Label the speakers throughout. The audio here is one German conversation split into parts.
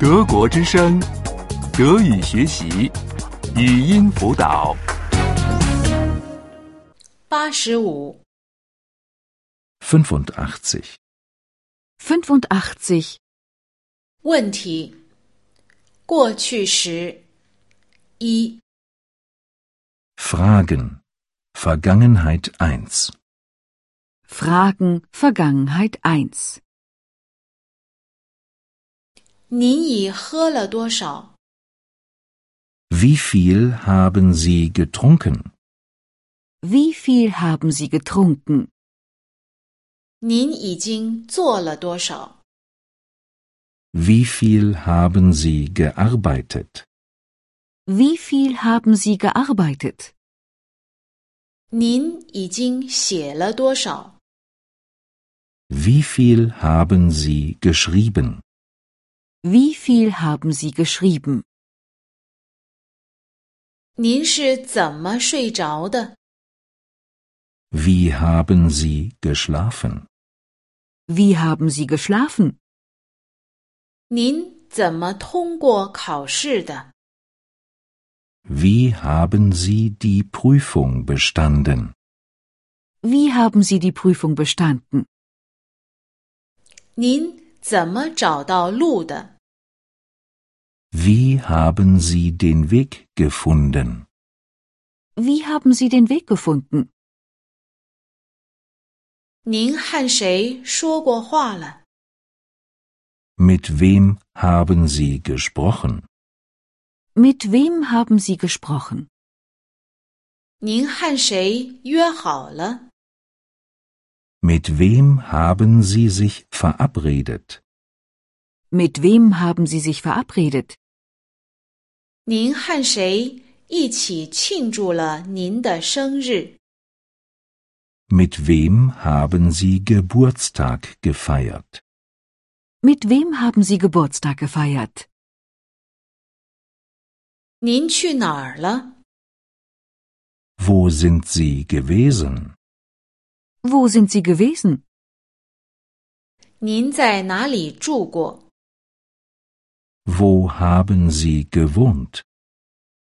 Speaker 1: 德国之声，德语学习，语音辅导。
Speaker 2: 八十五，
Speaker 3: 85.
Speaker 4: 85.
Speaker 2: 问题，过去时，一，
Speaker 3: Fragen. Vergangenheit 1.
Speaker 4: Fragen Vergangenheit 1.
Speaker 2: 您已喝了多少？
Speaker 3: Wie viel haben Sie getrunken?
Speaker 4: Wie viel haben Sie getrunken?
Speaker 2: 您已经做了多少？
Speaker 3: Wie viel haben Sie gearbeitet?
Speaker 4: Wie viel haben Sie gearbeitet?
Speaker 2: 您已经写了多少？
Speaker 3: Wie viel haben Sie geschrieben?
Speaker 4: Wie viel haben Sie geschrieben?
Speaker 2: 您是怎么睡着的？
Speaker 3: Wie haben Sie geschlafen?
Speaker 4: Wie haben Sie geschlafen?
Speaker 2: 您怎么通过考试的？
Speaker 3: Wie haben Sie die Prüfung bestanden?
Speaker 4: Wie haben Sie die Prüfung bestanden?
Speaker 2: 您怎么找到路的？
Speaker 3: Wie haben Sie den Weg gefunden?
Speaker 4: Wie haben Sie den Weg gefunden?
Speaker 2: 您和谁说过话了？
Speaker 3: Mit wem haben Sie gesprochen?
Speaker 4: Mit wem haben Sie gesprochen?
Speaker 2: 您和谁约好了？
Speaker 3: Mit wem haben Sie sich verabredet?
Speaker 4: Mit wem haben Sie sich verabredet?
Speaker 2: 您和谁一起庆祝了您的生日？
Speaker 3: Mit wem haben Sie Geburtstag gefeiert?
Speaker 4: Mit wem haben Sie Geburtstag gefeiert?
Speaker 2: 您去哪儿了？
Speaker 3: Wo sind Sie gewesen?
Speaker 4: Wo sind Sie gewesen?
Speaker 2: 您在哪里住过？
Speaker 3: Wo haben Sie gewohnt?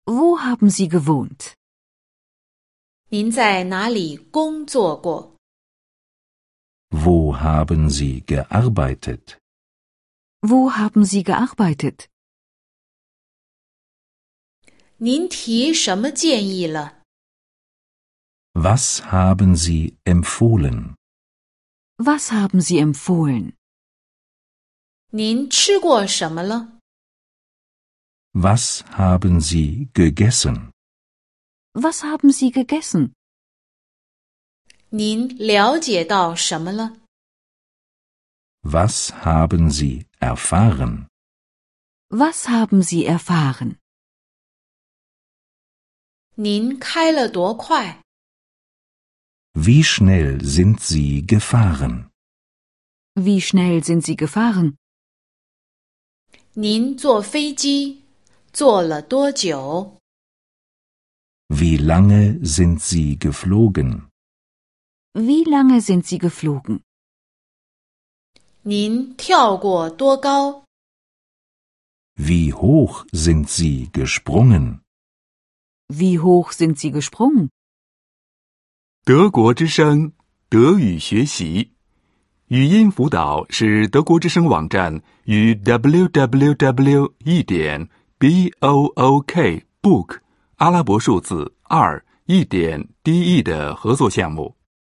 Speaker 4: Wo haben Sie gewohnt?
Speaker 2: 您在哪里工作过？
Speaker 3: Wo haben Sie gearbeitet?
Speaker 4: Wo haben Sie gearbeitet?
Speaker 2: 您提什么建议了？
Speaker 3: Was haben Sie empfohlen?
Speaker 4: Was haben Sie empfohlen?
Speaker 2: 您吃过什么了？
Speaker 3: Was haben Sie gegessen?
Speaker 4: Was haben Sie gegessen?
Speaker 2: 您了解到什么了？
Speaker 3: Was haben Sie erfahren?
Speaker 4: Was haben Sie erfahren?
Speaker 2: 您开了多快？
Speaker 3: Wie schnell sind Sie gefahren?
Speaker 4: Wie schnell sind Sie gefahren?
Speaker 2: 您坐飞机坐了多久？
Speaker 3: Wie lange sind Sie geflogen?
Speaker 4: Wie lange sind Sie geflogen?
Speaker 2: 您跳过多高？
Speaker 3: Wie hoch sind Sie gesprungen?
Speaker 4: Wie hoch sind Sie gesprungen?
Speaker 1: 德国之声，德语学习，语音辅导是德国之声网站与 www. 一点 b o o k book 阿拉伯数字二一点 d e 的合作项目。